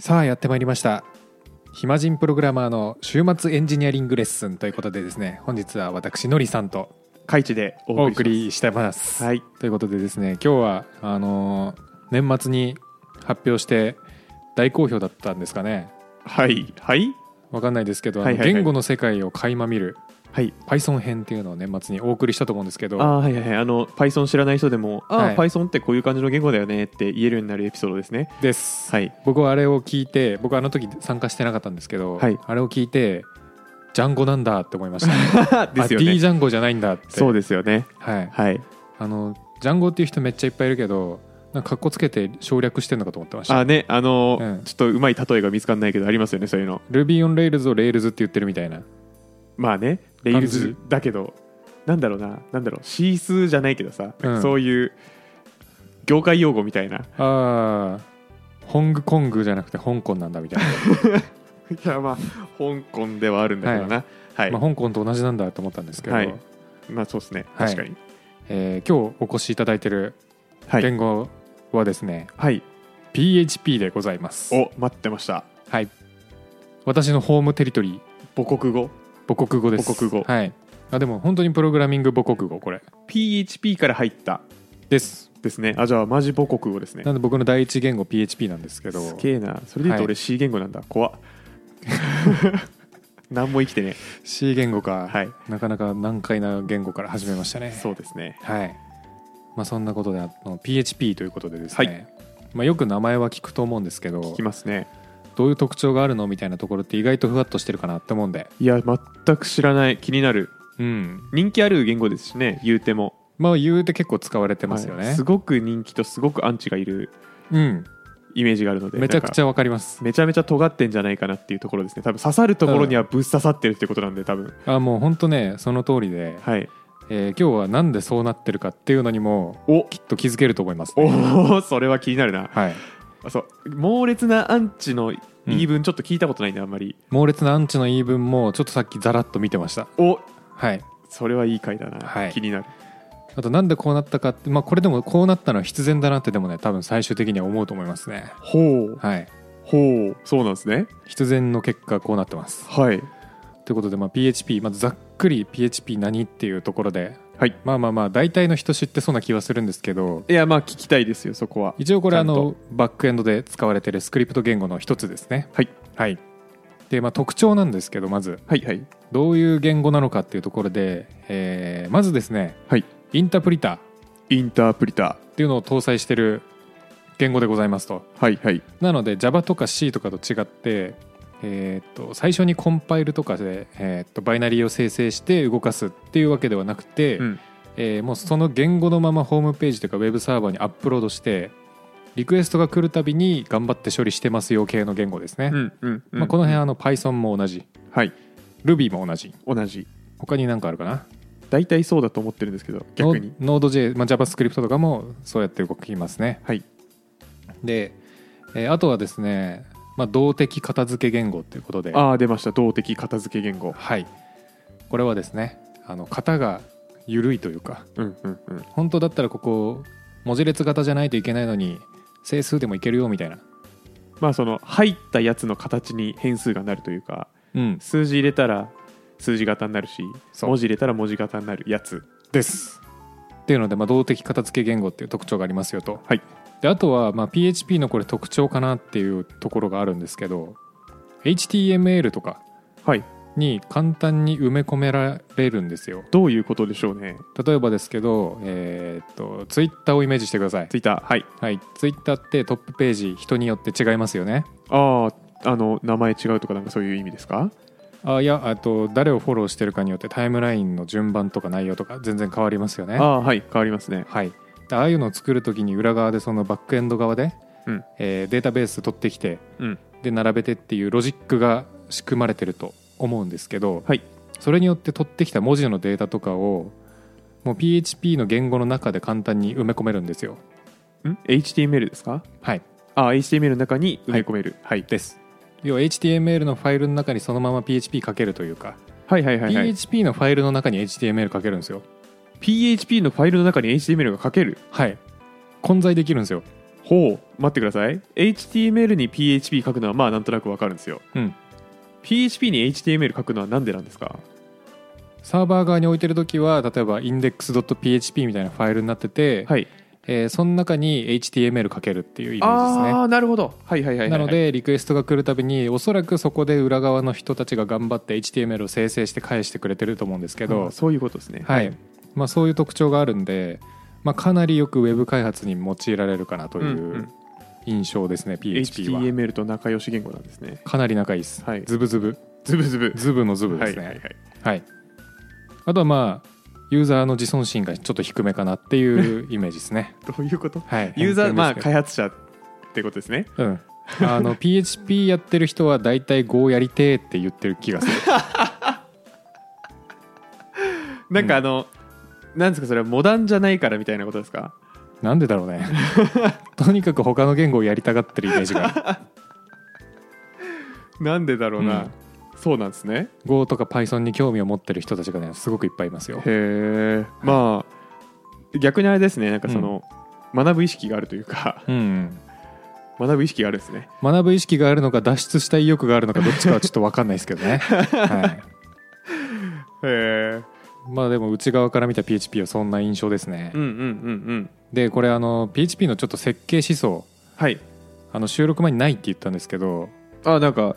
さあやってまいりました暇人プログラマーの週末エンジニアリングレッスンということでですね本日は私のりさんとカイチでおお送送りしりしてます、はいということでですね今日はあのー年末に発表して大好評だったんですかねますはいはいわかんないですけど、あのはいはいはい言語の世界を垣間見るはい Python 編っていうのを年末にお送りしたと思うんですけどあーはいはいはいあの Python 知らない人でもああ、はい Python ってこういう感じの言語だよねって言えるようになるエピソー ドですねです、はい僕はあれを聞いて僕あの時参加してなかったんですけど、はいあれを聞いてジャンゴなんだって思いました ですよあ D ねジャンゴじゃないんだってそうですよねはい、はいあのジャンゴっていう人めっちゃいっぱいいるけどなんかかっこつけて省略してんのかと思ってましたあねあのーうんちょっとうまい例えが見つかんないけどありますよねそういうの Ruby on Rails を Rails って言ってるみたいなまあねレイルズ感だけどなんだろうななんだろうシースーじゃないけどさ、うんそういう業界用語みた いなああホングコングじゃなくて香港なんだみたいいやまあ香港ではあるんだけどなはい、な、まあ、香港と同じなんだと思ったんですけど、はいまあそうですねはい確かにえー今日お越しいただいてるはい、言語はですね、はい、 PHP でございますお待ってましたはい私のホームテリトリー母国語母国語です母国語はいあでも本当にプログラミング母国語これ PHP から入ったですですねあじゃあマジ母国語ですねなんで僕の第一言語 PHP なんですけどすげえなそれで言うとは俺 C 言語なんだ、怖っ 何も生きてね C 言語か、はいなかなか難解な言語から始めましたねそうですねはいまあそんなことであの PHP ということでですね、はまあ、よく名前は聞くと思うんですけど聞きますねどういう特徴があるのみたいなところって意外とふわっとしてるかなって思うんで、いや全く知らない気になるうん、人気ある言語ですしね言うてもまあ言うて結構使われてますよね、はいすごく人気とすごくアンチがいるうんイメージがあるのでめちゃくちゃゃわかりますめちゃめちゃ尖ってんじゃないかなっていうところですね多分刺さるところにはぶっ刺さってるってことなんで多分あもうほんとねその通りで、はいえー今日はなんでそうなってるかっていうのにもおきっと気づけると思います、ね、おおそれは気になるなはいあそう猛烈なアンチの言い分ちょっと聞いたことないね、あんまり猛烈なアンチの言い分もちょっとさっきざらっと見てましたおはいそれはいい回だな、はい気になるあとなんでこうなったかって、まあ、これでもこうなったのは必然だなってでもね多分最終的には思うと思いますねほうはいほうそうなんですね必然の結果こうなってますはいということで、まあ、PHP まずざっくり PHP 何っていうところではいまあまあまあ大体の人知ってそうな気はするんですけどいやまあ聞きたいですよそこは一応これちあゃんとのバックエンドで使われてるスクリプト言語の一つですねはいはいでまあ特徴なんですけどまずはいはいどういう言語なのかっていうところで、えーまずですねはいインタープリターインタープリタっていうのを搭載してる言語でございますとーはいはいなので Java とか C とかと違って、えーっと最初にコンパイルとかで、えーっとバイナリーを生成して動かすっていうわけではなくて、うんえーもうその言語のままホームページとかウェブサーバーにアップロードしてリクエストが来るたびに頑張って処理してますよ系の言語ですね、うんうん、うんまあ、この辺あの Python も同じはい Ruby も同じ同じ他に何かあるかな大体そうだと思ってるんですけど逆に Node.js、まあ、JavaScript とかもそうやって動きますねはいで、えーあとはですね、まあ、動的片付け言語っていうことでああ出ました動的片付け言語はいこれはですねあの型が緩いというかうんうんうん本当だったらここ文字列型じゃないといけないのに整数でもいけるよみたいな、まあその入ったやつの形に変数がなるというかうん、数字入れたら数字型になるしそう文字入れたら文字型になるやつですっていうので、まあ、動的片付け言語っていう特徴がありますよとはいであとは、まあ、PHP のこれ特徴かなっていうところがあるんですけど HTML とかはいに簡単に埋め込められるんですよどういうことでしょうね例えばですけど、えーっと Twitter をイメージしてくださいツイッターはいはい、ツイッターってトップページ人によって違いますよねあああの名前違うとかなんかそういう意味ですかあいやあと誰をフォローしてるかによってタイムラインの順番とか内容とか全然変わりますよねああはい変わりますねはいでああいうのを作る時に裏側でそのバックエンド側で、うんえーデータベース取ってきてうんで並べてっていうロジックが仕組まれてると思うんですけどはいそれによって取ってきた文字のデータとかをもう PHP の言語の中で簡単に埋め込めるんですよん HTML ですかはいああ HTML の中に埋め込めるはい、です要は HTML のファイルの中にそのまま PHP かけるというかはい、はいはいはい PHP のファイルの中に HTML 書けるんですよ PHP のファイルの中に HTML が書けるはい混在できるんですよほう待ってください HTML に PHP 書くのはまあなんとなくわかるんですようん PHP に HTML 書くのはなんでなんですかサーバー側に置いてる時は例えば index.php みたいなファイルになってて、はいえーその中に HTML かけるっていうイメージですねああーなるほどはいはいはいはいなのでリクエストが来るたびにおそらくそこで裏側の人たちが頑張って HTML を生成して返してくれてると思うんですけうどん、そういうことですねはいまあ、そういう特徴があるんで、まあ、かなりよくウェブ開発に用いられるかなというんううん印象ですね、PHP は HTML と仲良し言語なんですねかなり仲いいです、はいズブズブズブズブズブのズブですねはいはいはいはいあとはまあユーザーの自尊心がちょっと低めかなって いうイメージですねどういうことはいユーザーまあ偏見ですけ開発者ってことですねどうんあの PHP やってる人は大体 Go やりてーって言ってる気がするなんかあの、なんですかそれはモダンじゃないからみたいなことですかなんでだろう ねとにかく他の言語をやりたがってるイメージがなんでだろうな、うんそうなんですね Go とか Python に興味を持ってる人たちがねすごくいっぱいいますよへえまあ逆にあれですねなんかその、学ぶ意識があるというか うんうん学ぶ意識があるんですね学ぶ意識があるのか脱出したい意欲があるのかどっちかはちょっと分かんないですけどね、はへえい、まあでも内側から見た PHP はそんな印象ですね、うんうんうんうんでこれあの PHP のちょっと設計思想はいあの収録前にないって言ったんですけどあなんか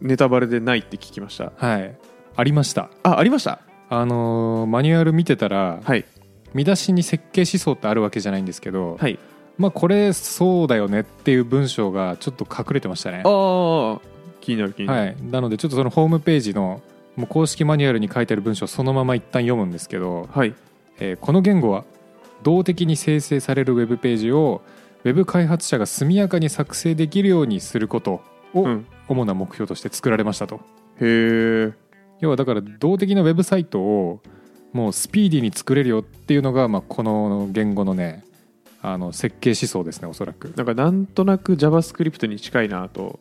ネタバレでないって聞きましたはいありましたあありましたあのマニュアル見てたら、はい見出しに設計思想ってあるわけじゃないんですけど、はいまあこれそうだよねっていう文章がちょっと隠れてましたねあ。あ気になる気になる、はい、なのでちょっとそのホームページのもう公式マニュアルに書いてある文章をそのまま一旦読むんですけど、はい、えーこの言語は動的に生成されるウェブページをウェブ開発者が速やかに作成できるようにすることうをん、主な目標として作られましたと。へえ要はだから動的なウェブサイトをもうスピーディーに作れるよっていうのがまあこの言語のねあの設計思想ですねおそらく。なんかなんとなく JavaScript に近いなと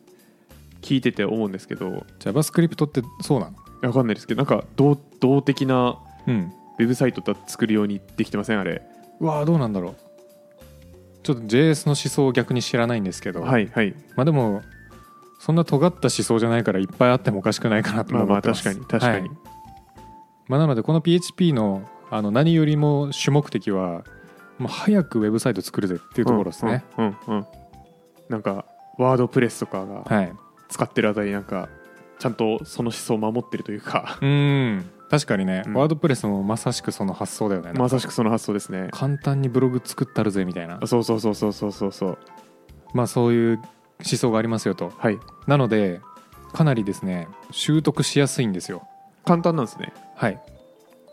聞いてて思うんですけど JavaScript ってそうなのわかんないですけどなんか動動的なうんウェブサイトだ作るようにできてませんあれうわあどうなんだろうちょっと JS の思想を逆に知らないんですけど、はいはいまあでもそんな尖った思想じゃないからいっぱいあってもおかしくないかなとまあ思まっあてます確かに確かに、はいまあ、なのでこの PHP のあの何よりも主目的はもう早くウェブサイト作るぜっていうところですね、うんうん、うんなんかワードプレスとかがはい使ってるあたりなんかちゃんとその思想を守ってるというかうん確かにね、うんワードプレスもまさしくその発想だよね、まさしくその発想ですね簡単にブログ作ったるぜみたいなあそうそうそうそうそうそうそうまあそういう思想がありますよとはいなのでかなりですね習得しやすいんですよ簡単なんですねはい、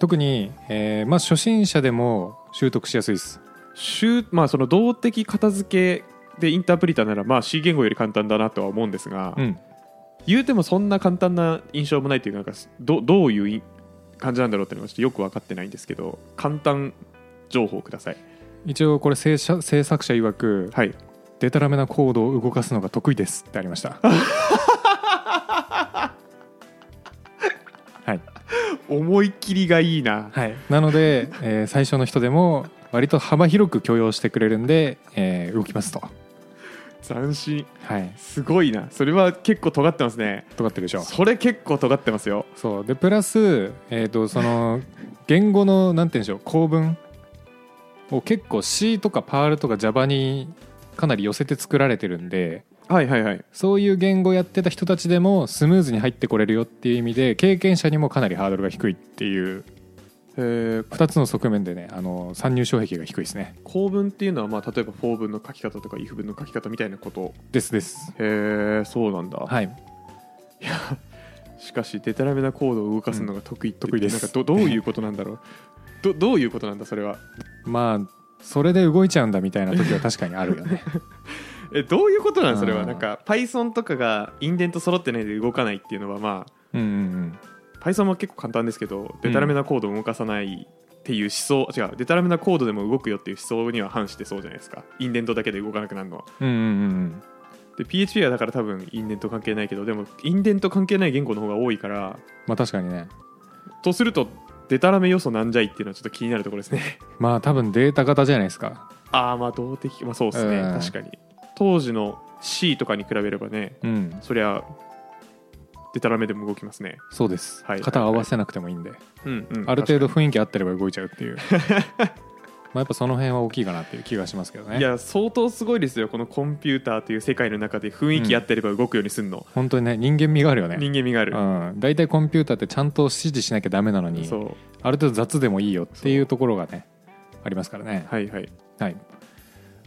特に、えーまあ、初心者でも習得しやすいですしゅまあその動的片付けでインタープリターならまあ C 言語より簡単だなとは思うんですが、うん言うてもそんな簡単な印象もないというかなんかどどういうい感じなんだろうっていうのがちょっとよく分かってないんですけど簡単情報をください一応これ制作制作者曰くはいデタラメなコードを動かすのが得意ですってありました はい、思い切りがいいなはい、なので、えー最初の人でも割と幅広く許容してくれるんで、えー動きますと斬新はいすごいなそれは結構尖ってますね尖ってるでしょそれ結構尖ってますよそうでプラス、えー、とその言語のなんて言うんでしょう構文を結構 C とかパールとか Java にかなり寄せて作られてるんではいはいはいそういう言語やってた人たちでもスムーズに入ってこれるよっていう意味で経験者にもかなりハードルが低いっていうえー2つの側面でねあの参入障壁が低いですね構文っていうのはまあ例えば for 文の書き方とか if 文の書き方みたいなことですですへえそうなんだ、はいしかしデタラメなコードを動かすのが得意って、うん得意ですなんかどどういうことなんだろうどどういうことなんだそれはまあそれで動いちゃうんだみたいな時は確かにあるよねえどういうことなんそれあはーなんか Python とかがインデント揃ってないで動かないっていうのはまあうんうんうん、 Python も結構簡単ですけどデタラメなコードを動かさないっていう思想、違うデタラメなコードでも動くよっていう思想には反してそうじゃないですかインデントだけで動かなくなるのはうんうんうんで PHP はだから多分インデント関係ないけどでもインデント関係ない言語の方が多いからまあ確かにねとするとデタラメ要素なんじゃいっていうのはちょっと気になるところですねまあ多分データ型じゃないですかああまあ動的まあそうですね、うん確かに当時の C とかに比べればねうんそりゃでたらめでも動きますねそうです、はい型を合わせなくてもいいんで、うんうんある程度雰囲気合ってれば動いちゃうっていう まあやっぱその辺は大きいかなっていう気がしますけどねいや相当すごいですよこのコンピューターという世界の中で雰囲気やってれば動くようにすんの、本当にね人間味があるよね人間味がある、うん、大体コンピューターってちゃんと指示しなきゃダメなのにそうある程度雑でもいいよっていうところがねありますからね、はいはいはい、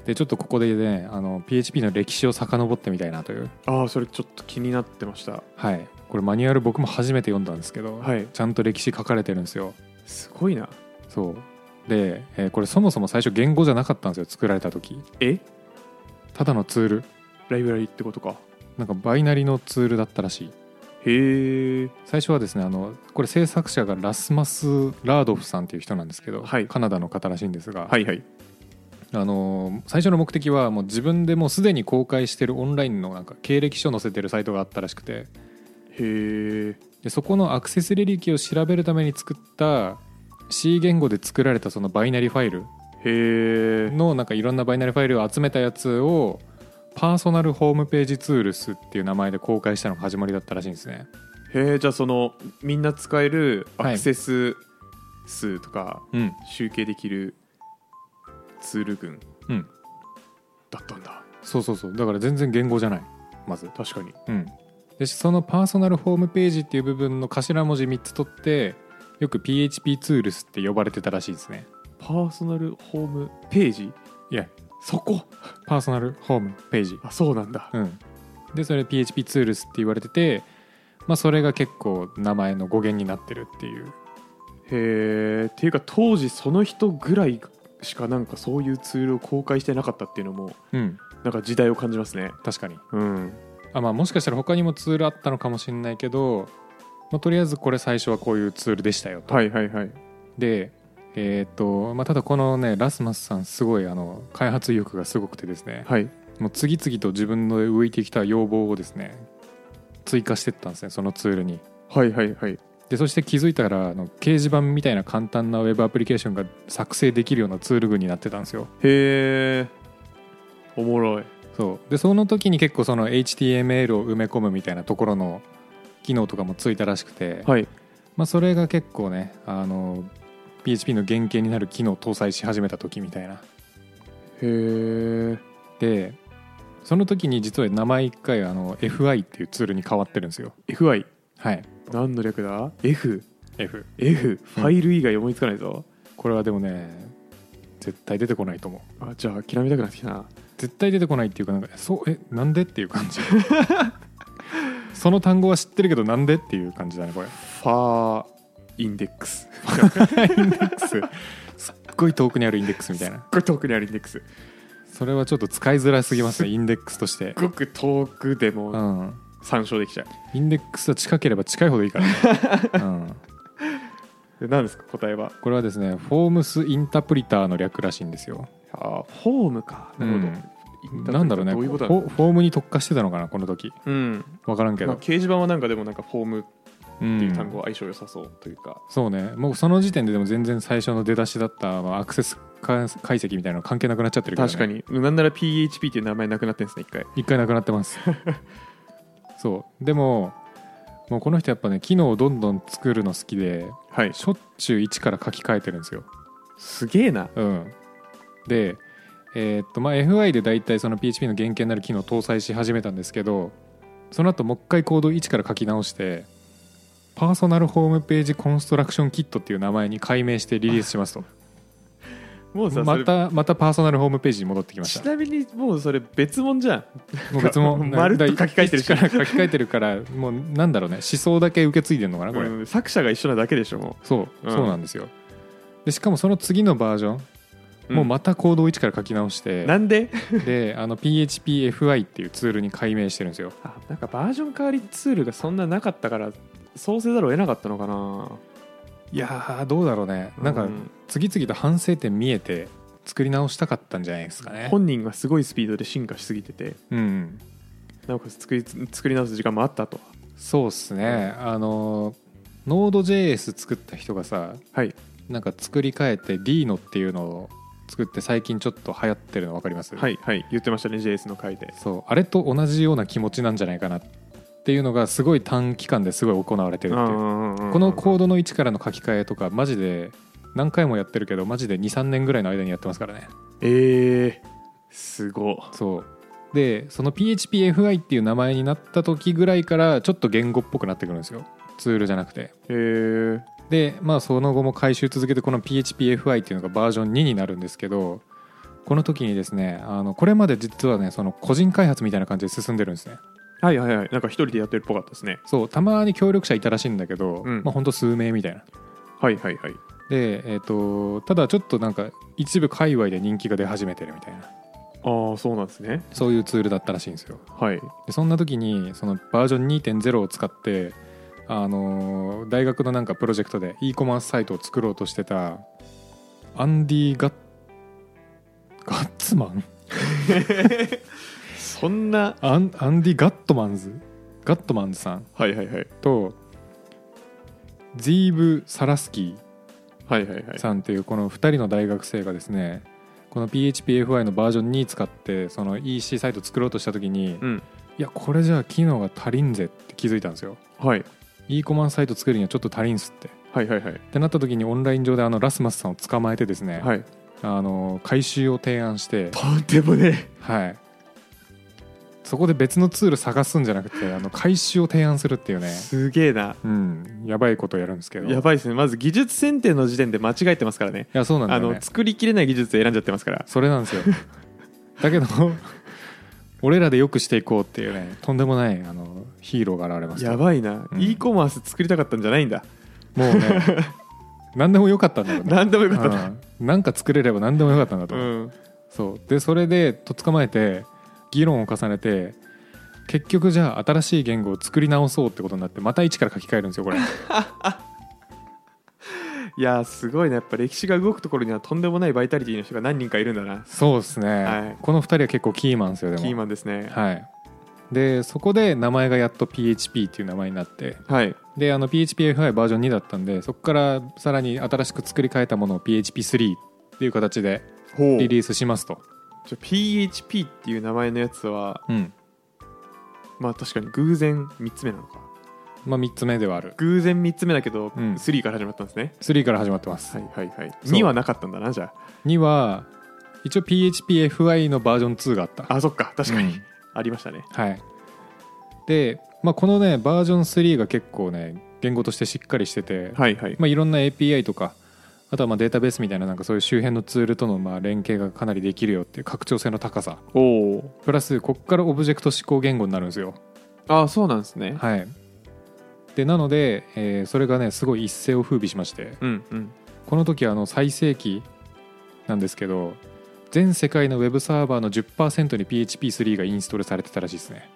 でちょっとここでねあの PHP の歴史を遡ってみたいなという、ああそれちょっと気になってましたはい、これマニュアル僕も初めて読んだんですけど、はいちゃんと歴史書かれてるんですよすごいなそうで、えーこれそもそも最初言語じゃなかったんですよ作られた時えただのツールライブラリってことかなんかバイナリのツールだったらしいへえ最初はですねあのこれ制作者がラスマス・ラードフさんっていう人なんですけど、はいカナダの方らしいんですが、はいはいあの最初の目的はもう自分でもうすでに公開してるオンラインのなんか経歴書載せてるサイトがあったらしくてへえでそこのアクセス履歴を調べるために作った C 言語で作られたそのバイナリファイルへえのなんかいろんなバイナリファイルを集めたやつをパーソナルホームページツールスっていう名前で公開したのが始まりだったらしいんですね。へえじゃあそのみんな使えるはいアクセス数とかうん、集計できるツール群うん、だったんだそうそうそうだから全然言語じゃないまず。確かにうん、でそのパーソナルホームページっていう部分の頭文字3つ取ってよく PHP ツールスって呼ばれてたらしいですねパーソナルホームページいやそこパーソナルホームページ、あそうなんだうん、でそれ PHP ツールスって言われてて、まあ、それが結構名前の語源になってるっていうへえっていうか当時その人ぐらいしかなんかそういうツールを公開してなかったっていうのもうんなんか時代を感じますね確かにうんあ、まあ、もしかしたら他にもツールあったのかもしれないけど、まあ、とりあえずこれ最初はこういうツールでしたよとはいはいはいでえーっとまあ、ただこのねラスマスさんすごいあの開発意欲がすごくてですね、はいもう次々と自分の浮いてきた要望をですね追加してったんですねそのツールにはいはいはいでそして気づいたらあの掲示板みたいな簡単なウェブアプリケーションが作成できるようなツール群になってたんですよへえおもろいそうでその時に結構その HTML を埋め込むみたいなところの機能とかもついたらしくて、はいまあ、それが結構ねあの PHP の原型になる機能を搭載し始めた時みたいなへえでその時に実は名前一回あの FI っていうツールに変わってるんですよ FI はい何の略だ ?FF F ファイル以外思いつかないぞ、これはでもね絶対出てこないと思うあじゃあ諦めたくなってきたな絶対出てこないっていうかなんかそうえなんでっていう感じ その単語は知ってるけどなんでっていう感じだねこれファーインデックス インデックスすっごい遠くにあるインデックスみたいなこれ遠くにあるインデックスすそれはちょっと使いづらすぎますねインデックスとしてごく遠くでうもん参照できちゃうインデックスは近ければ近いほどいい からね、うん、で何ですか答えはこれはですねフォームスインタープリターの略らしいんですよあフォームかなるほど、うんインターネットなんだろうねどういうことだフォフォームに特化してたのかなこの時うん分からんけまあ、ど、掲示板はなんかでもなんかフォームっうんていう単語は相性良さそうというか、そうねもうその時点ででも全然最初の出だしだった、まあ、アクセス解解析みたいなの関係なくなっちゃってるから、ね、確かになんなら PHP っていう名前なくなってんですね一回一回なくなってます そうでももうこの人やっぱね機能をどんどん作るの好きではいしょっちゅう一から書き換えてるんですよすげえなうんでえーっとまあ FI で大体その PHP の原型になる機能を搭載し始めたんですけどその後もう一回コードを一から書き直してパーソナルホームページコンストラクションキットっていう名前に改名してリリースしますともうさ そまれたまたパーソナルホームページに戻ってきましちたなみにもうそれ別物じゃんもう別 もまるっと書き換えてるしから書き換えてるからもうなんだろうね思想だけ受け継いでるのかなこれ、うん作者が一緒なだけでしょもそう、うんそうなんですよでしかもその次のバージョン、う、もうまたコードを一から書き直してなんで であの PHPFI っていうツールに改名してるんですよあなんかバージョン変わりツールがそんななかったからそうせざるを得なかったのかないやーどうだろうねなんうかん次々と反省点見えて作り直したかったんじゃないですかね本人がすごいスピードで進化しすぎててうんなおかつ作り作り直す時間もあったとそうっすねあのノード JS 作った人がさはいなんか作り変えて D のっていうのを作って最近ちょっと流行ってるの分かります、はいはい言ってましたね JS の回でそうあれと同じような気持ちなんじゃないかなっていうのがすごい短期間ですごい行われてるっていうここのコードの位置からの書き換えとかマジで何回もやってるけどマジで23年ぐらいの間にやってますからねえー、すごっそうでその PHPFI っていう名前になった時ぐらいからちょっと言語っぽくなってくるんですよツールじゃなくてえー、でまあその後も回収続けてこの PHPFI っていうのがバージョン2になるんですけどこの時にですねあのこれまで実はねその個人開発みたいな感じで進んでるんですねはいはいはいなんか一人でやってるっぽかったですねそうたまに協力者いたらしいんだけど、うんまあほんと数名みたいなはいはいはいでえっ、とただちょっとなんか一部界隈で人気が出始めてるみたいなああそうなんですねそういうツールだったらしいんですよはいでそんな時にそのバージョン2.0を使ってあのー大学のなんかプロジェクトで e コマースサイトを作ろうとしてたアンディ・ガッガッツマンそんなアンアンディ・ガットマンズガットマンズさんはいはいはいとゼーブ・サラスキはいはいはーいさんっていうこの2人の大学生がですねこの PHPFI のバージョン2使ってその EC サイト作ろうとした時にうんいやこれじゃあ機能が足りんぜって気づいたんですよはい、 e コマンサイト作るにはちょっと足りんすって。っはいはいはいてなった時にオンライン上であのラスマスさんを捕まえてですね、はいあの回収を提案して、とんでもねはい、そこで別のツール探すんじゃなくてあの回収を提案するっていうえね、すげえなうん、やばいことをやるんですけどやばいですねまず技術選定の時点で間違えてますからねいやそうなんだあよ、ね、の作りきれない技術選んじゃってますからそれなんですよだけど俺らでよくしていこうっていうねとんでもないあのヒーローが現れますやよばいな、うん e コマース作りたかったんじゃないんだもうね 何でもよかったんだろうね何でもよかったなうんなんか作れれば何でもよかったんだとう思う、んそうでそれでとっ捕まえて議論を重ねて結局じゃあ新しい言語を作り直そうってことになってまた一から書き換えるんです よこれいやーすごいなやっぱ歴史が動くところにはとんでもないバイタリティの人が何人かいるんだなそうですね、はいこの2人は結構キーマンですよでもキーマンですねはいでそこで名前がやっと PHP っていう名前になってはいであの PHPFI バージョン2だったんでそこからさらに新しく作り変えたものを PHP3 っていう形でほうリリースしますと、じゃあ PHP っていう名前のやつはうんまあ確かに偶然3つ目なのかまあ、3つ目ではある偶然3つ目だけど、うん3から始まったんですね3から始まってます、はいはいはいそう2はなかったんだなじゃ2は一応 PHPFI のバージョン2があったああそっか確かに、うんありましたねはいで、まあ、このねバージョン3が結構ね言語としてしっかりしてて、はいはいまあ、いろんな API とかあとはまあデータベースみたいななんかそういう周辺のツールとのまあ連携がかなりできるよっていう拡張性の高さおおプラスここからオブジェクト指向言語になるんですよああそうなんですねはいでなので、えーそれがねすごい一世を風靡しましてうんうんこの時あの最盛期なんですけど全世界のウェブサーバーの10%に PHP3 がインストールされてたらしいですね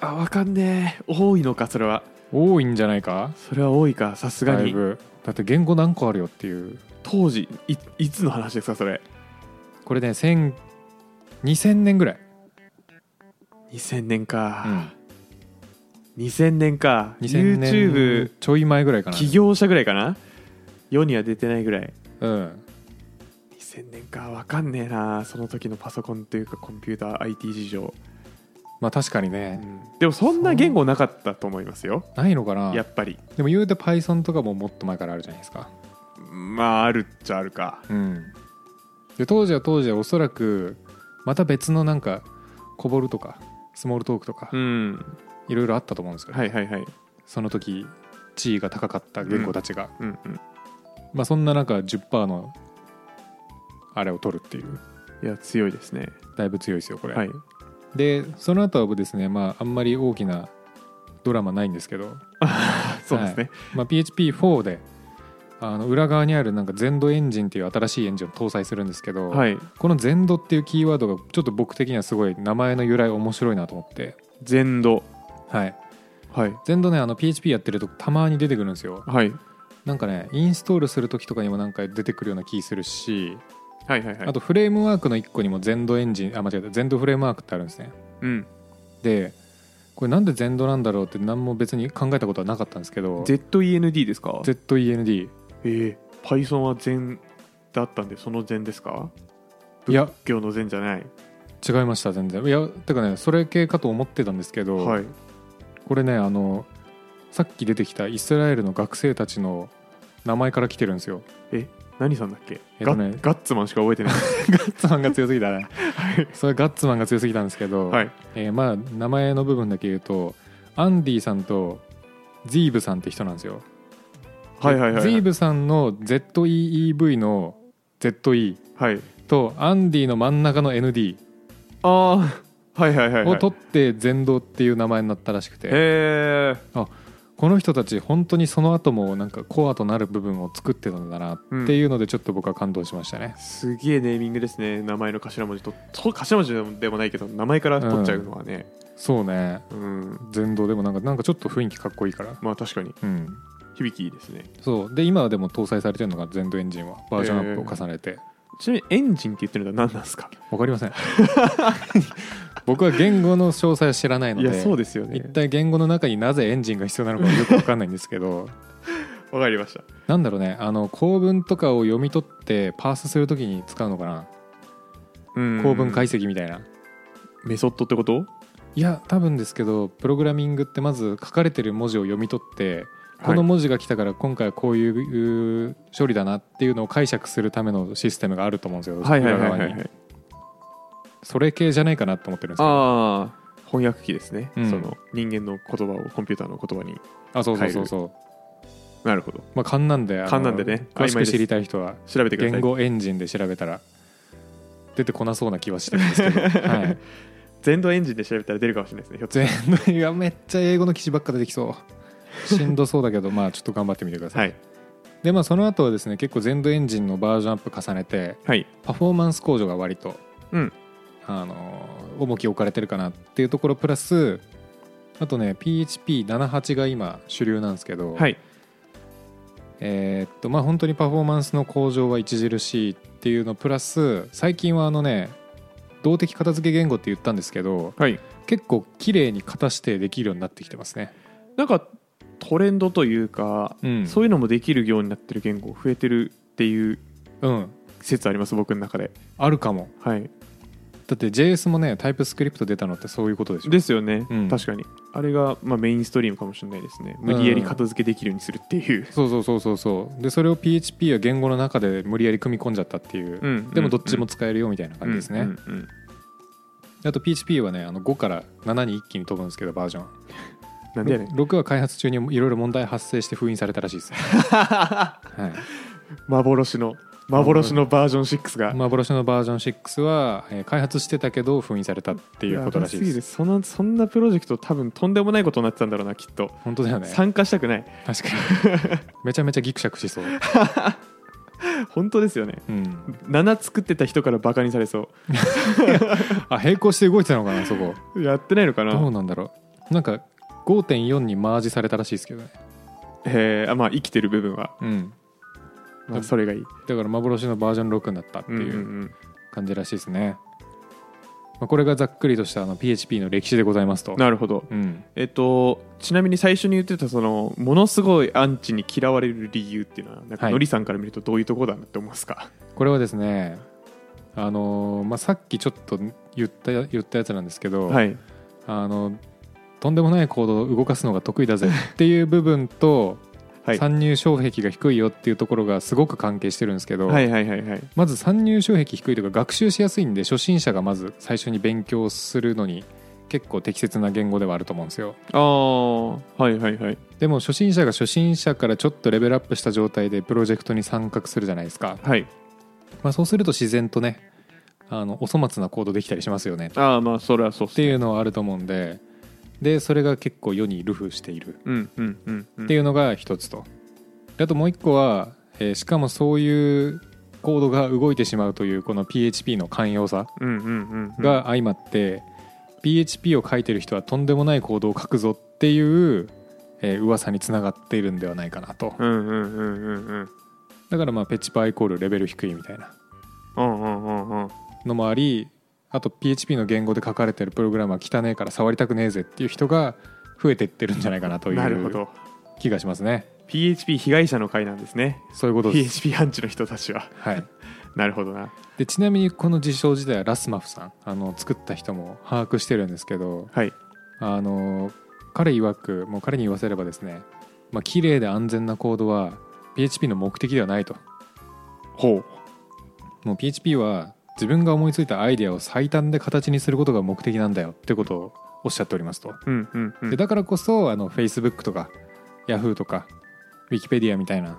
あわかんねえ多いのかそれは多いんじゃないかそれは多いかさすがだいにぶだって言語何個あるよっていう当時いいつの話ですかそれこれね1000 2000年ぐらい、 2000年うか、ん、 2000年か2000年 YouTube ちょい前ぐらいかな起業者ぐらいかな世には出てないぐらいうん2000年かわかんねえなその時のパソコンというかコンピューター IT 事情、まあ確かにうねんでもそんな言語なかったと思いますよないのかなやっぱりでも言うて Python とかももっと前からあるじゃないですかまああるっちゃあるかうんで当時は当時でおそらくまた別のなんかコボルとかスモールトークとかうんいろいろあったと思うんですよ、はいはいはいその時地位が高かった言語たちが、うんうんまあそんな中10%のあれを取るっていういや強いですねだいぶ強いですよこれ、はいでその後はですねまああんまり大きなドラマないんですけど、 そうですね、まあ、PHP4 であの裏側にあるなんか Zend エンジンっていう新しいエンジンを搭載するんですけど、はいこの Zend っていうキーワードがちょっと僕的にはすごい名前の由来面白いなと思って全土はいはい、 Zend ねあの PHP やってるとたまに出てくるんですよはい、なんかねインストールする時とかにもなんか出てくるような気するし、はいはいはいあとフレームワークの1個にも Zend エンジンあ間違えた Zend フレームワークってあるんですねうんでこれなんで Zend なんだろうって何も別に考えたことはなかったんですけど ZEND ですか ZEND Z えー、Python は全だったんでその禅ですかいや仏教の禅じゃない違いました全然いやてかねそれ系かと思ってたんですけど、はいこれねあのさっき出てきたイスラエルの学生たちの名前から来てるんですよ何さんだっけ、えっとねガッガッツマンしか覚えてないガッツマンが強すぎた ねそれガッツマンが強すぎたんですけど、はいえーまあ名前の部分だけ言うとアンディさんとゼーブさんって人なんですよはいはいはいゼはーいブさんの ZEEV の ZE はいとアンディの真ん中の ND ああはいはいはいはをい取って全道っていう名前になったらしくて、へえこの人たち本当にその後もなんかコアとなる部分を作ってたんだなっていうのでちょっと僕は感動しましたね、すげえネーミングですね名前の頭文字とと頭文字でもないけど名前から取っちゃうのはねそうねうん、全道でもなんかなんかちょっと雰囲気かっこいいからまあ確かにうん響きいいですねそうで今はでも搭載されてるのが全道エンジンはバージョンアップを重ねて、ちなみにエンジンって言ってるのは何なんですかわかりません 僕は言語の詳細は知らないのいでやそうですよね一体言語の中になぜエンジンが必要なのかよくわかんないんですけどわかりましたなんだろうねあの構文とかを読み取ってパースするときに使うのかな構構文解析みたいな、メソッドってこといや多分ですけどプログラミングってまず書かれてる文字を読み取ってはいこの文字が来たから今回はこういうう処理だなっていうのを解釈するためのシステムがあると思うんですよ、はいはいはいは裏い、側はにい、それ系じゃないかなと思ってるんですよああ翻訳機ですね、うんその人間の言葉をコンピューターの言葉にあそうそうそうそうなるほどまあ勘なんであの勘なんでね詳し曖昧くです知りたい人は調べてくださ言い語エンジンで調べたら出てこなそうな気はしてるんですけど、 はい、全土エンジンで調べたら出るかもしれないですねひょっと全部がめっちゃ英語の記事ばっか出てきそうしんどそうだけどまあちょっと頑張ってみてください、はいでまあその後はですね結構全土エンジンのバージョンアップ重ねてはいパフォーマンス向上が割と、うんあの重きを置かれてるかなっていうところプラスあとね PHP78 が今主流なんですけど、はいえーっとまあ本当にパフォーマンスの向上は著しいっていうのプラス最近はあのね動的片付け言語って言ったんですけどはい結構綺麗に型指定できるようになってきてますね、なんかトレンドというか、うんそういうのもできるようになってる言語増えてるっていううん、説あります僕の中であるかもはいだって JS もねタイプスクリプト出たのってそういうことでしょですよね、うん確かにあれが、まあ、メインストリームかもしれないですね無理やり片付けできるようにするっていう、そうそうそうそうそうでそれを PHP は言語の中で無理やり組み込んじゃったっていう、うんでもどっちも使えるよみたいな感じですね、うんうんうんあと PHP はねあの5から7に一気に飛ぶんですけどバージョンなんでやねん6は開発中にいろいろ問題発生して封印されたらしい です、はい、幻の幻のバージョン6が、幻のバージョン6は、えー開発してたけど封印されたっていうことらしいでやばすぎるそのそんなプロジェクト多分とんでもないことになってたんだろうなきっと、本当だよね参加したくない確かにめちゃめちゃギクシャクしそう、本当ですよねうん、 7作ってた人からバカにされそあ並行して動いてたのかなそこうやってないのかなどうなんだろうなんか5.4にマージされたらしいですけどねえーあまあ生きてる部分は、うんまあそれがいいだから幻のバージョン6になったっていうんううんうん感じらしいですね、まあ、これがざっくりとしたあの PHP の歴史でございますとなるほどうん、えっと、ちなみに最初に言ってたそのものすごいアンチに嫌われる理由っていうのはなんはかいのりさんから見るとどういうところだなって思いますか、これはですねあのーまあ、さっきちょっと言った言ったやつなんですけど、はい、あのとんでもない行動を動かすのが得意 だぜっていう部分と、はい、はい参入障壁が低いよっていうところがすごく関係してるんですけど、はいはいはいはいまず参入障壁低いというか学習しやすいんで初心者がまず最初に勉強するのに結構適切な言語ではあると思うんですよ。ああはいはいはいでも初心者が初心者からちょっとレベルアップした状態でプロジェクトに参画するじゃないですか、はいまあ、そうすると自然とねあのお粗末な行動できたりしますよねっああまあそれはそうっすてねいうのはあると思うんででそれが結構世にルフしているうんうんうんうんっていうのが一つとであともう一個は、えーしかもそういうコードが動いてしまうというこの PHP の寛容さうんうんうんうんが相まって、PHP を書いてる人はとんでもないコードを書くぞっていう、えー噂につながっているんではないかなとうんうんうんうんうんだからまあペチパーイコールレベル低いみたいなうんうんうんうんのもありあと PHP の言語で書かれてるプログラムは汚ねえから触りたくねえぜっていう人が増えてってるんじゃないかなといなるほうど気がしますね PHP 被害者の会なんですねそういうことです PHP アンチの人たちは はいなるほどなでちなみにこの事象自体はラスマフさんあの作った人も把握してるんですけどはいあの彼曰くもう彼に言わせればですねまあ綺麗で安全なコードは PHP の目的ではないとほうもう PHP は自分が思いついたアイデアを最短で形にすることが目的なんだよってことをおっしゃっておりますと、うんうんうんでだからこそあの Facebook とか Yahoo とか Wikipedia みたいな、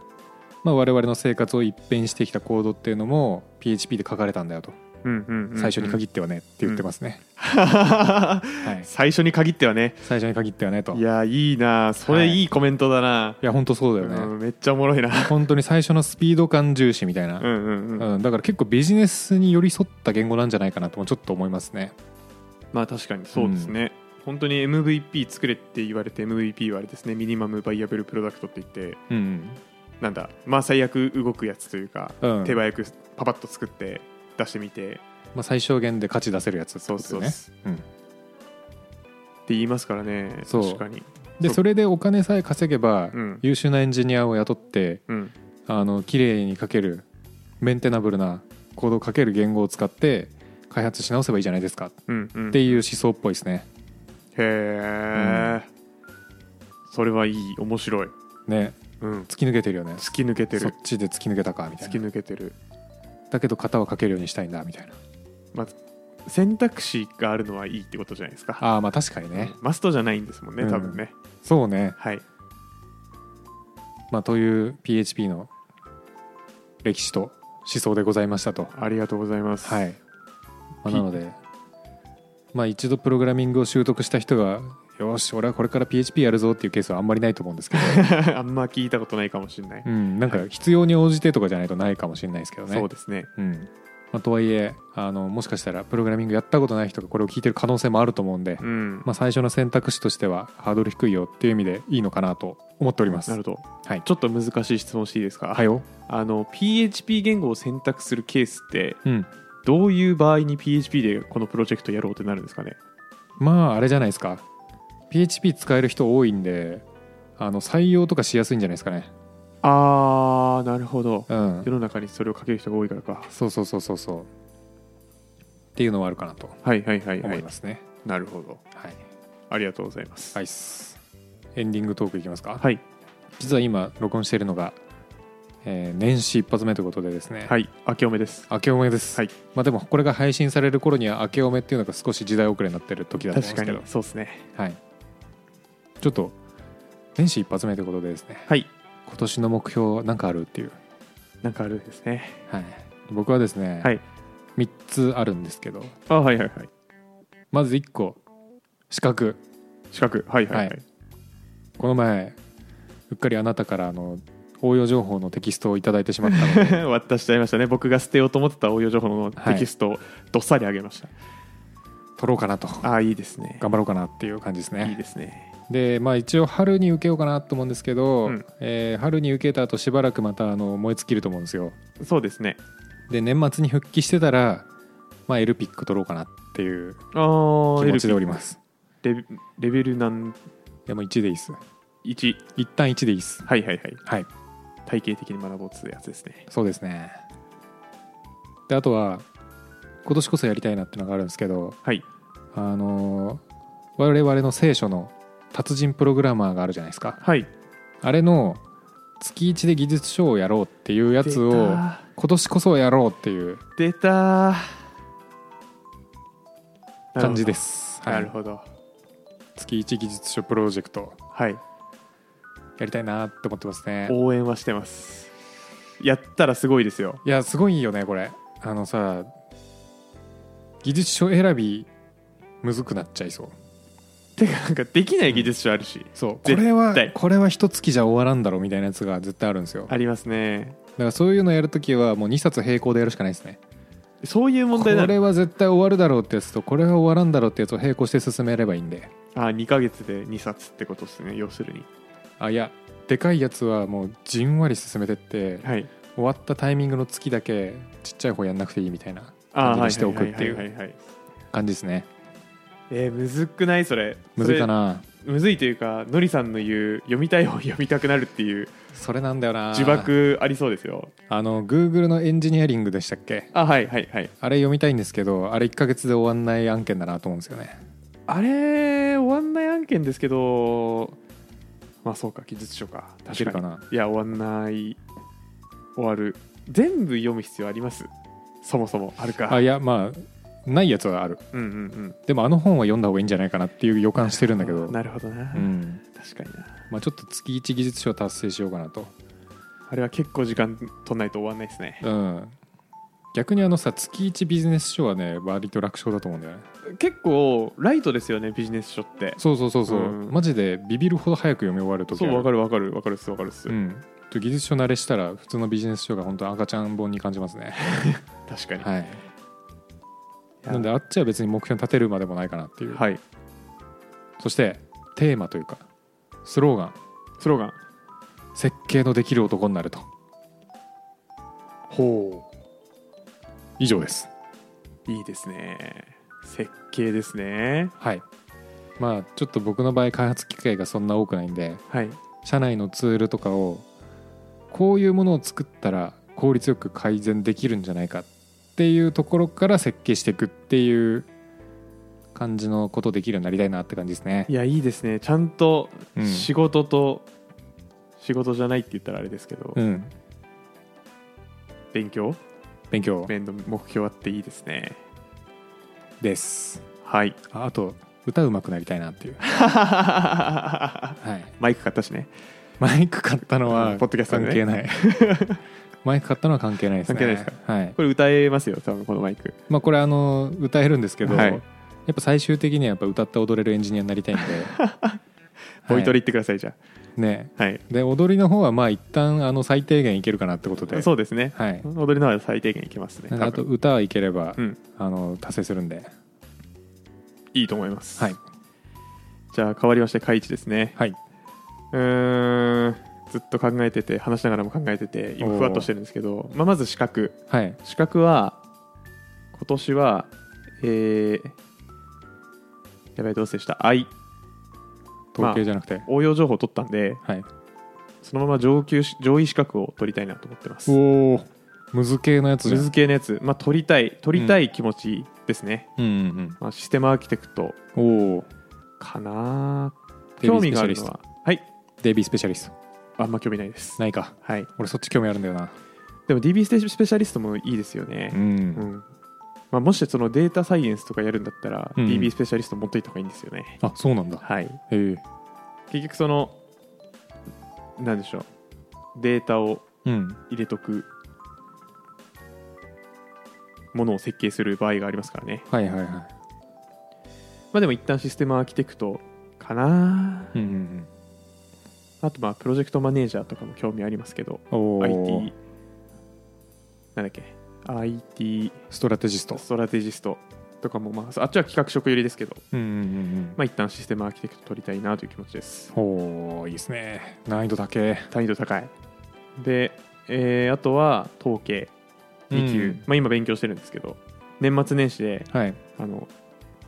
まあ、我々の生活を一変してきたコードっていうのも PHP で書かれたんだよとうんうんうんうん最初に限ってはねって言ってますね、はい、 最初に限ってはね最初に限ってはねといいややいいなそれいいコメントだな、本当そうだよね、うんめっちゃおもろいな本当に最初のスピード感重視みたいな、うんうんうん、うんだから結構ビジネスに寄り添った言語なんじゃないかなともちょっと思いますねまあ確かにそうですね、本当に MVP 作れって言われて MVP はあれですねミニマムバイアブルプロダクトって言ってうんなんだまあ最悪動くやつというか、うん手早くパパッと作って出してみてまあ、最小限で価値出せるやつってそこうとそうでっねすうんって言いますからねそう確かにでそうそれでお金さえ稼げば、うん優秀なエンジニアを雇ってうんあの綺麗に書けるメンテナブルなコードを書ける言語を使って開発し直せばいいじゃないですかっうんうんてへいう思想っぽいですね。え、それはいい面白い、ねうん、突き抜けてるよね突き抜けてそっるちで突き抜けたかみた突いきな抜けてるだけど型は書けるようにしたいんだみたいな選択肢があるのはいいってことじゃないですかああまあ確かにねマストじゃないんですもんねうん多分ね、そうね、はいまあ、という PHP の歴史と思想でございましたと。ありがとうございます、はい、まあ P- なので、まあ、一度プログラミングを習得した人がよし俺はこれから PHP やるぞっていうケースはあんまりないと思うんですけど、 あんま聞いたことないかもしれない、うん、なんか必要に応じてとかじゃないとないかもしれないですけどねそうですねうんまあ、とはいえあのもしかしたらプログラミングやったことない人がこれを聞いてる可能性もあると思うんで、うん、まあ、最初の選択肢としてはハードル低いよっていう意味でいいのかなと思っておりますなるほど、はいちょっと難しい質問していいですか、はよ、あの PHP 言語を選択するケースってうん、どういう場合に PHP でこのプロジェクトやろうってなるんですかねまああれじゃないですか PHP 使える人多いんであの採用とかしやすいんじゃないですかねあーなるほどうん世の中にそれをかける人が多いからかそうそうそうそうそうっていうのはあるかなとはいはいはいは思いいますねなるほどはい、ありがとうございますアイスエンディングトークいきますか、はい実は今録音しているのが、えー年始一発目ということでですね、はい明けおめです明けおめです、はいまあ、でもこれが配信される頃には明けおめっていうのが少し時代遅れになってる時だと思う確んですけどかに、そうですねはい、ちょっと年始一発目ということでですねはい今年の目標なんかあるっていう、なんかあるんですねはい、僕はですね、はい3つあるんですけどあはいはいはいまず1個資格資格はいはいはい、はいこの前うっかりあなたからあの応用情報のテキストをいただいてしまったので渡しちゃい ましたね僕が捨てようと思ってた応用情報のテキストをどっさりあげました、取ろうかなとああいいですね頑張ろうかなっていう感じですいいねですねでまあ一応春に受けようかなと思うんですけど、うんえー春に受けた後しばらくまたあの燃え尽きると思うんですよそうですねで年末に復帰してたらまあエルピック取ろうかなっていうああ気持ちでおりますレレベルなんでも1でいいっす1一旦1でいいっすはいはいはいはい体系的に学ぼうってやつですねそうですねであとは今年こそやりたいなっていうのがあるんですけどはいあのー我々の聖書の達人プログラマーがあるじゃないですかはいあれの月1で技術書をやろうっていうやつを今年こそやろうっていう出たー感じですす、はないる、ほど月1技術書プロジェクトはいやりたいなって思ってますね応援はしてますやったらすごいですよいやすごいよねこれあのさ技術書選びむずくなっちゃいそうてかなんかできない技術書あるしそうこ絶対れはこれは一月じゃ終わらんだろみたいなやつが絶対あるんですよだありますねからそういうのやるときはもう2冊並行でやるしかないですねそういう問こ題なのれは絶対終わるだろうってやつとこれは終わらんだろうってやつを並行して進めればいいんであ2ヶ月で2冊ってことですね要するにあいやでかいやつはもうじんわり進めてってはい終わったタイミングの月だけちっちゃい方やんなくていいみたいな感じにしておくっていうはいはいはいはいはい感じですねえーむずくないそれむずいかそなれむずいというかのりさんの言う読みたい本読みたくなるっていうそれなんだよな呪縛ありそうですよあの Google のエンジニアリングでしたっけあはいはいはいあれ読みたいんですけどあれ1ヶ月で終わんない案件だなと思うんですよねあれ終わんない案件ですけどまあそうか技術書かいけるかないや終わんない終わる全部読む必要ありますそもそもあるかあいやまあないやつはあるうんうんうんでもあの本は読んだ方がいいんじゃないかなっていう予感してるんだけどなるほどな、うん確かになまあ、ちょっと月1技術書を達成しようかなと、あれは結構時間取んないと終わんないですねうん、逆にあのさ月1ビジネス書はね割と楽勝だと思うんだよね結構ライトですよねビジネス書ってそうそうそうそう、うんマジでビビるほど早く読み終わる時あそうるわかるわかるわかるっすわかるっす、うん、ちょ技術書慣れしたら普通のビジネス書が本当赤ちゃん本に感じますね確かに、はいいやなんであっちは別に目標立てるまでもないかなっていう、はいそしてテーマというかスローガンスローガン設計のできる男になるとほ以上ですういいですね設計ですねはいまあちょっと僕の場合開発機会がそんな多くないんではい社内のツールとかをこういうものを作ったら効率よく改善できるんじゃないかっていうところから設計していくっていう感じのことできるようになりたいなって感じですねいやいいですねちゃんとうん仕事と、仕事じゃないって言ったらあれですけど、うん勉強勉強面の目標あっていいですねです はいああと歌うまくなりたいな っていう、はい、マイク買ったしねマイク買ったのはポッドキャストで関ね係ない マイク買ったのは関係ないですね関係ないですかはいこれ歌えますよ多分このマイクまあこれあの歌えるんですけど、はいやっぱ最終的にはやっぱ歌って踊れるエンジニアになりたいんで ボイトリ、レ行ってくださいじゃねあはい、で踊りの方はまあ一旦あの最低限いけるかなってことでそうですね、はい踊りながら最低限いけますねなんで多あと分歌はいければ、うんあの達成するんでいいと思います、はいじゃあ変わりまして開一ですねはいうーんずっと考えてて話しながらも考えてて今おーふわっとしてるんですけど、まあ、まず資格はい資格は今年はえー、やばいどうせした I 統計じゃなくて、応用情報を取ったんではいそのまま上級し上位資格を取りたいなと思ってますおおムズ系のやつじゃん水系のやつ、まあ、取りたい取りたい気持ちですね、うんまあ、システムアーキテクトうんうんおおかなデイビ興ースペ味がシャあるリスのトははいデイビースペシャリストあんま興味ないですないかはい俺そっち興味あるんだよなでも DB ステスペシャリストもいいですよね、うんうんまあ、もしそのデータサイエンスとかやるんだったら、うん DB スペシャリスト持っといた方がいいんですよね、あそうなんだはい、へえ結局そのなんでしょうデータをうん入れとくものを設計する場合がありますからね、はいはいはいまあ、でも一旦システムアーキテクトかなうんうんあとまあプロジェクトマネージャーとかも興味ありますけどうんおお IT なんだっけ IT ストラテジストストラテジストとかもまああっちは企画職寄りですけどうんうんうんまあ、一旦システムアーキテクト取りたいなという気持ちです。うんおおいいですね難易度だけ難易度高い。で、えーあとは統計2う級、んまあ、今勉強してるんですけど、年末年始ではいあの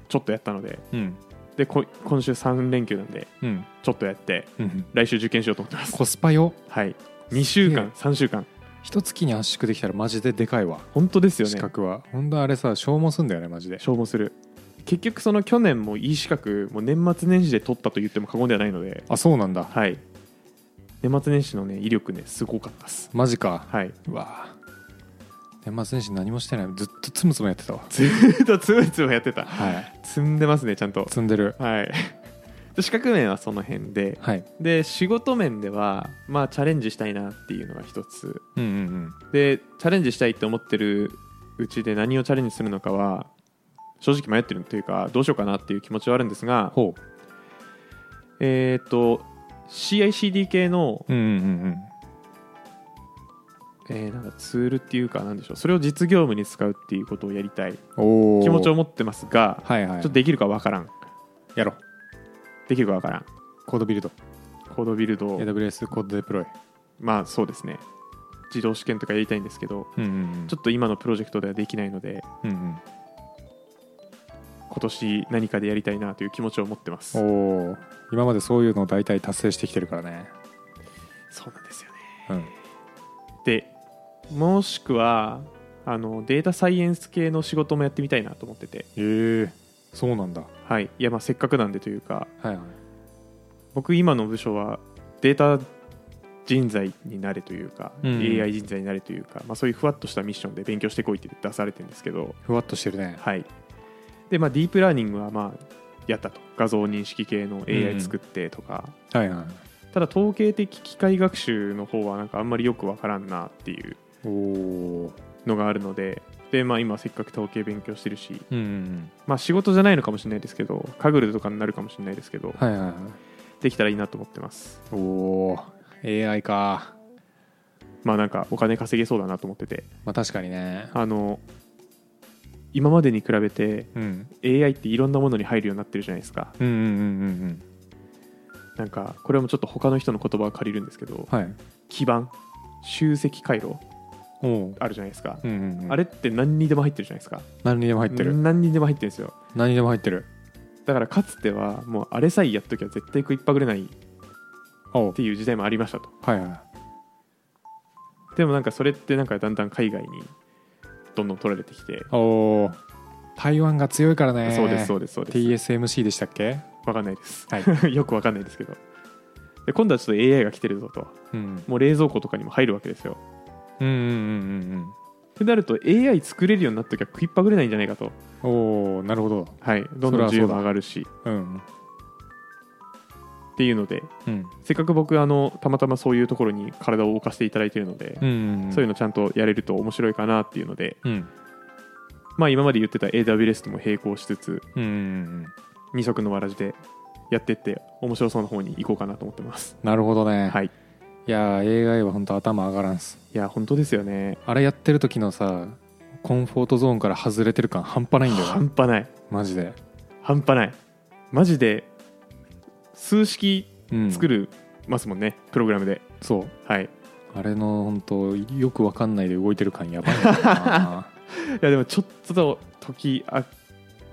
ちょっとやったので、うんでこ今週3連休なんで、うんちょっとやって、うん来週受験しようと思ってます。コスパよはい、2週間、3週間、一月に圧縮できたらマジででかいわ本当ですよ資ね、格は本当あれさ消耗すんだよねマジで消耗する。結局、その去年もいい資格、もう年末年始で取ったと言っても過言ではないので、あそうなんだはい、年末年始の、ね、威力ね、すごかったです。マジかはい、うわ年末年始何もしてないずっとつむつむやってたわずーっとつむつむやってたはい積んでますねちゃんと積んでるはい で資格面はその辺ではいで仕事面ではまあチャレンジしたいなっていうのが一つうんうんでチャレンジしたいって思ってるうちで何をチャレンジするのかは正直迷ってるというかどうしようかなっていう気持ちはあるんですがほえっ、と CICD 系の、うんうんうんうんえーなんかツールっていうかなんでしょうそれを実業務に使うっていうことをやりたいおお気持ちを持ってますがはいはいちょっとできるかわからんやろうできるかわからんコードビルドコードビルドを AWS コードデプロイまあそうですね自動試験とかやりたいんですけどうんうんうんちょっと今のプロジェクトではできないのでうんうん今年何かでやりたいなという気持ちを持ってますおお今までそういうのを大体達成してきてるからねそうなんですよねうんでもしくはあのデータサイエンス系の仕事もやってみたいなと思っててええそうなんだはいいやまあせっかくなんでというかはいはい僕今の部署はデータ人材になれというか、うん AI 人材になれというか、まあ、そういうふわっとしたミッションで勉強してこいって出されてるんですけど、ふわっとしてるねはいでまあ、ディープラーニングはまあやったと画像認識系のうん AI 作ってとか、はいはいただ統計的機械学習の方はなんかあんまりよくわからんなっていうおおのがあるのでで、まあ、今せっかく統計勉強してるし、うんうんまあ、仕事じゃないのかもしれないですけどカグルとかになるかもしれないですけど、はいはいはいできたらいいなと思ってますおお AI かまあなんかお金稼げそうだなと思っててまあ確かにねあの今までに比べてうん AI っていろんなものに入るようになってるじゃないですかうんうんうんうんうんなんかこれもちょっと他の人の言葉を借りるんですけどはい基盤集積回路おおあるじゃないですか、うんうんうんあれって何にでも入ってるじゃないですか何にでも入ってる何にでも入ってるんですよ何にでも入ってるだからかつてはもうあれさえやっときゃ絶対食いっぱぐれないっおうていう時代もありましたとはいはいでもなんかそれってなんかだんだん海外にどんどん取られてきて、おお台湾が強いからねそうですそうですそうです TSMC でしたっけわかんないです、 はよくわかんないですけどで今度はちょっと AI が来てるぞとうんもう冷蔵庫とかにも入るわけですようんうんうんってなると AI 作れるようになっときゃ食いっぱぐれないんじゃないかとうんおおなるほどはいどんそれどんはそう需だ要も上がるしうんっていうのでうんせっかく僕あのたまたまそういうところに体を動かしていただいているので、うんそういうののちゃんとやれると面白いかなっていうのでうんまあ今まで言ってた AWS とも並行しつつうんうん二足のわらじでやってって面白そうな方に行こうかなと思ってますなるほどね、はいい、やー AI は本当頭上がらんっすいや本当ですよねあれやってる時のさコンフォートゾーンから外れてる感半端ないんだよ半な端ないマジで、半端ないマジで数式うん、作るるますもんね、プログラムでそうはいいあれの本当よくわかんないで動いてる感やばいんだよ なやでもちょっとと解きあ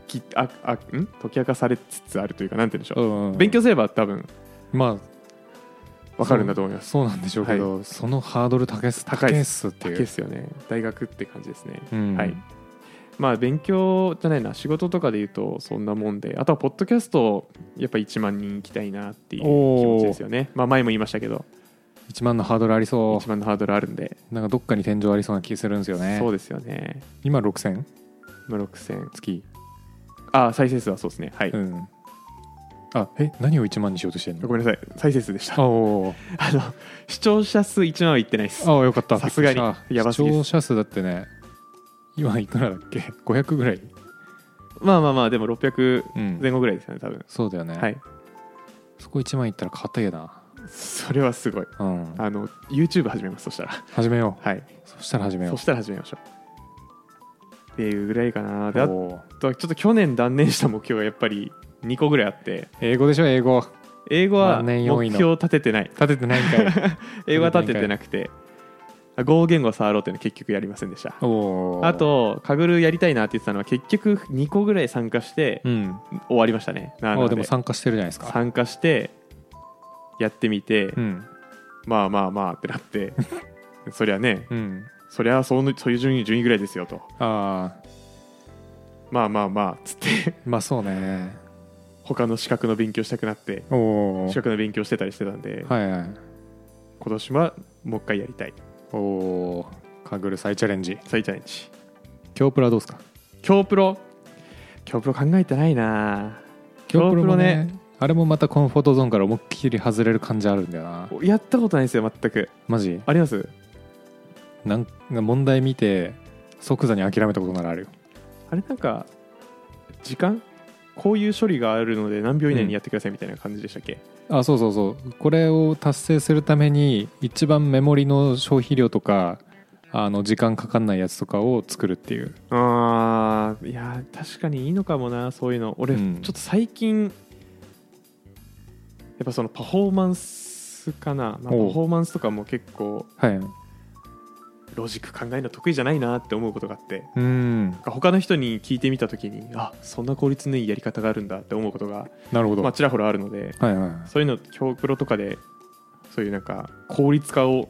きああん解き明かされつつあるというかなんて言うんでしょうう、んうん勉強すれば多分まあわかるんだと思いますそうなんでしょうけど、そのハードル高いっす高いっっすってい高ういですよね大学って感じですね、うんはいまあ勉強じゃないな仕事とかで言うとそんなもんであとはポッドキャストやっぱ1万人行きたいなっていう気持ちですよねまあ前も言いましたけど1万のハードルありそ1万のハードルあるんで、うなんかどっかに天井ありそうな気するんですよねそうですよね今6000今6000月あ再生数はそうですねはい、うんあえ何を1万にしようとしてんのごめんなさい再生数でした ああおーの視聴者数1万はいってないですああよかったさすがにびっくりしたやばすぎです視聴者数だってね今いくらだっけ500ぐらいまあまあまあでも600うん前後ぐらいですよね多分そうだよね、はいそこ1万いったら硬えなそれはすごいうんあの YouTube 始めますそしたら始めよはいうそしたら始めよそしたら始めましょうっていうぐらいかなうであおーとはちょっと去年断念した目標がやっぱり2個ぐらいあって英語でしょ英語英語は万目年4位の標立ててない立ててないんかい英語は立ててなくて合言語触ろうっていうの結局やりませんでした おーあとカグルやりたいなって言ってたのは結局2個ぐらい参加してうん終わりましたねなあのでもで参加してるじゃないですか参加してやってみて、うんまあまあまあってなって そりゃねうんそりゃそのそういう順位順位ぐらいですよとああまあまあまあつってまあそうね他の資格の勉強したくなっておお資格の勉強してたりしてたんで、はいはい今年はもう一回やりたいおおかぐる再チャレンジ再チャレンジ京プラどうですか京プロ京プロ考えてないな京プロねもあれもまたコンフォートゾーンから思いっきり外れる感じあるんだよなやったことないんですよ全くマジありますなん問題見て即座に諦めたことならあるよあれなんか時間こういう処理があるので何秒以内にやってくださいみたいな感じでしたっけ、あそうそうそうこれを達成するために一番メモリの消費量とかあの時間かかんないやつとかを作るっていうあーいやー確かにいいのかもなそういうの俺、うんちょっと最近やっぱそのパフォーマンスかな、まあパフおうォーマンスとかも結構はいロジック考えるの得意じゃないなって思うことがあってうん他の人に聞いてみた時にあそんな効率のいいやり方があるんだって思うことが、なるほど、まあ、ちらほらあるのではいはいそういうの教プロとかでそういうなんか効率化を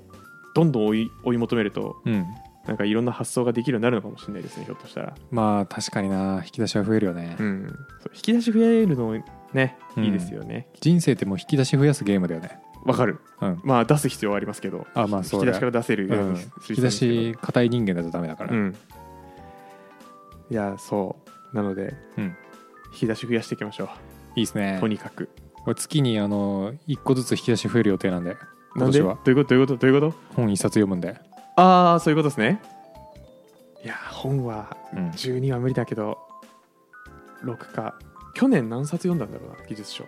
どんどん追い追い求めるとうんなんかいろんな発想ができるようになるのかもしれないですねひょっとしたら、まあ確かにな引き出しは増えるよね、うん、そう引き出し増えるのねいいですよね人生ってもう引き出し増やすゲームだよねわ、かるうんまあ出す必要はありますけどあまあ引そきうだ出しから出せるよううんに引するき必要あるんで出すけどし硬い人間だとダメだから、うん、いやそうなのでうん引き出し増やしていきましょいいですうねとにかくこれ月にあの1個ずつ引き出し増える予定なんで今なんで年どはういうことどういうことどういうこ本一冊読むんで、とああそういうことですねいや本はうん12は無理だけど6か去年何冊読んだんだろうな技術書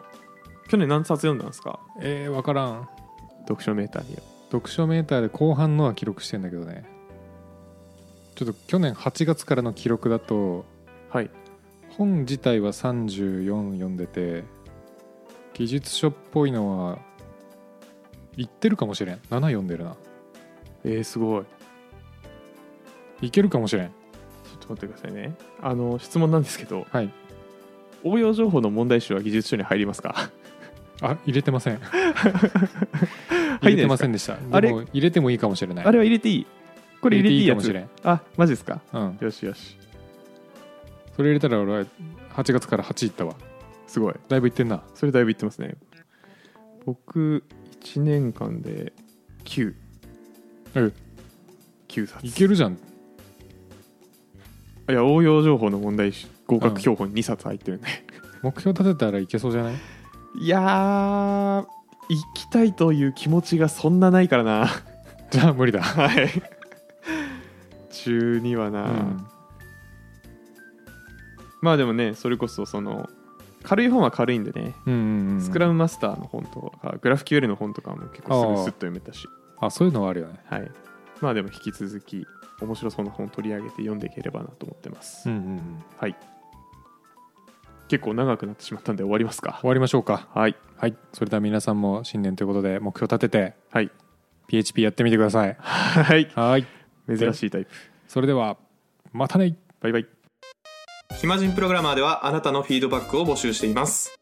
去年何冊読んだんですかえー、分からん読書メーターによ読書メーターで後半のは記録してんだけどねちょっと去年8月からの記録だとはい本自体は34読んでて技術書っぽいのは言ってるかもしれん7読んでるなえー、すごいいけるかもしれんちょっと待ってくださいねあの質問なんですけどはい応用情報の問題集は技術書に入りますかあ入れてま せんないですか入れてませんでしたあれでも入れてもいいかもしれないあれは入れていいこれ入れていいや入つれていいかあマジですかもしれん、うん、よしよしそれ入れたら俺は8月から8いったわすごいだいぶいってんなそれだいぶいってますね僕1年間で9え9冊いけるじゃんいや応用情報の問題集合格標本2冊入ってるね、目標立てたらいけそうじゃないいやー行きたいという気持ちがそんなないからな じゃあ無理だはい中にはな、うんまあでもねそれこそその軽い本は軽いんでね、うんうんうんスクラムマスターの本とかグラフ QL の本とかも結構すぐスッと読めたしあそういうのはあるよねはい、まあでも引き続き面白そうな本を取り上げて読んでいければなと思ってます、んうんうんはい結構長くなってしまったんで終わりますか終わりましょうか はいはいそれでは皆さんも新年ということで目標立ててはい PHP やってみてくだ さいはいはい珍しいタイプそれではまたねバイバイ暇人プログラマーではあなたのフィードバックを募集しています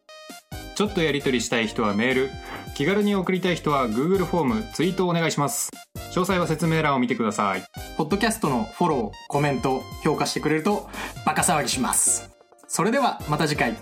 ちょっとやり取りしたい人はメール気軽に送りたい人は Google フォームツイートをお願いします詳細は説明欄を見てくださいポッドキャストのフォロー、コメント、評価してくれるとバカ騒ぎします。それではまた次回。